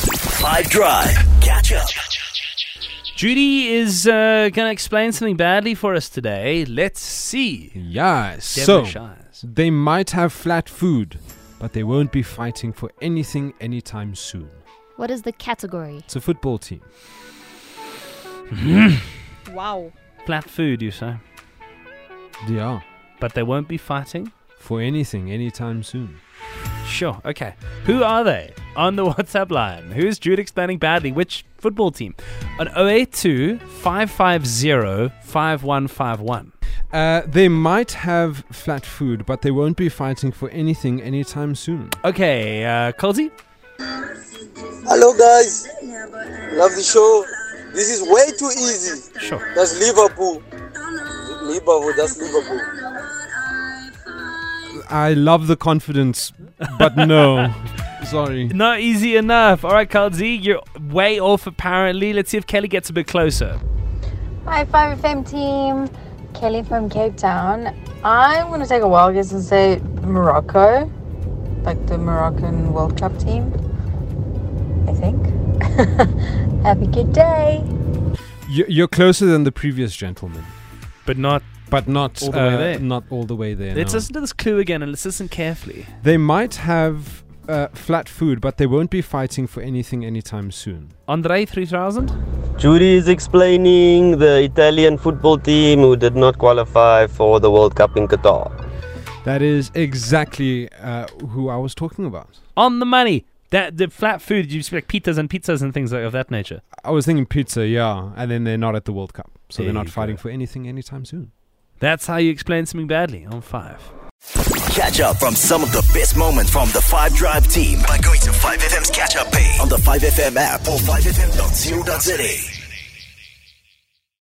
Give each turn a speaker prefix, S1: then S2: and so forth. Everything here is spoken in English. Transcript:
S1: Five Drive. Catch up.
S2: Judy is uh, going to explain something badly for us today. Let's see.
S3: Yeah, so
S2: Devonshires.
S3: they might have flat food, but they won't be fighting for anything anytime soon.
S4: What is the category?
S3: It's a football team.
S5: Wow.
S2: Flat food, you say.
S3: Yeah,
S2: But they won't be fighting?
S3: for anything anytime soon.
S2: Sure, okay. Who are they? On the WhatsApp line. Who's Judy explaining badly? Which football team? On 082 550 5151.
S3: Uh, they might have flat food, but they won't be fighting for anything anytime soon.
S2: Okay, uh, Colsey?
S6: Hello guys, love the show. This is way too easy.
S2: Sure.
S6: That's Liverpool. Liverpool, that's Liverpool.
S3: I love the confidence, but no. Sorry.
S2: Not easy enough. All right, Colsey, you're way off apparently. Let's see if Kelly gets a bit closer.
S7: Hi, 5FM team. Kelly from Cape Town. I'm going to take a wild guess and say Morocco, like the Moroccan World Cup team, I think. Have a good day.
S3: You- You're closer than the previous gentleman,
S2: But not.
S3: but not
S2: All the way
S3: uh,
S2: there.
S3: Not all the way there.
S2: Let's
S3: no.
S2: listen to this clue again and let's listen carefully.
S3: They might have uh, flat food, but they won't be fighting for anything anytime soon.
S2: Andre 3000?
S8: Judy is explaining the Italian football team who did not qualify for the World Cup in Qatar.
S3: That is exactly uh, who I was talking about.
S2: on the money. That the flat food you expect pizzas and pizzas and things like of that nature.
S3: I was thinking pizza, yeah, and then they're not at the World Cup, so
S2: There
S3: they're not
S2: you
S3: fighting
S2: go.
S3: for anything anytime soon.
S2: That's how you explain something badly on five.
S1: Catch up from some of the best moments from the Five Drive team by going to 5FM's catch up page on the 5FM app or 5FM.co.za.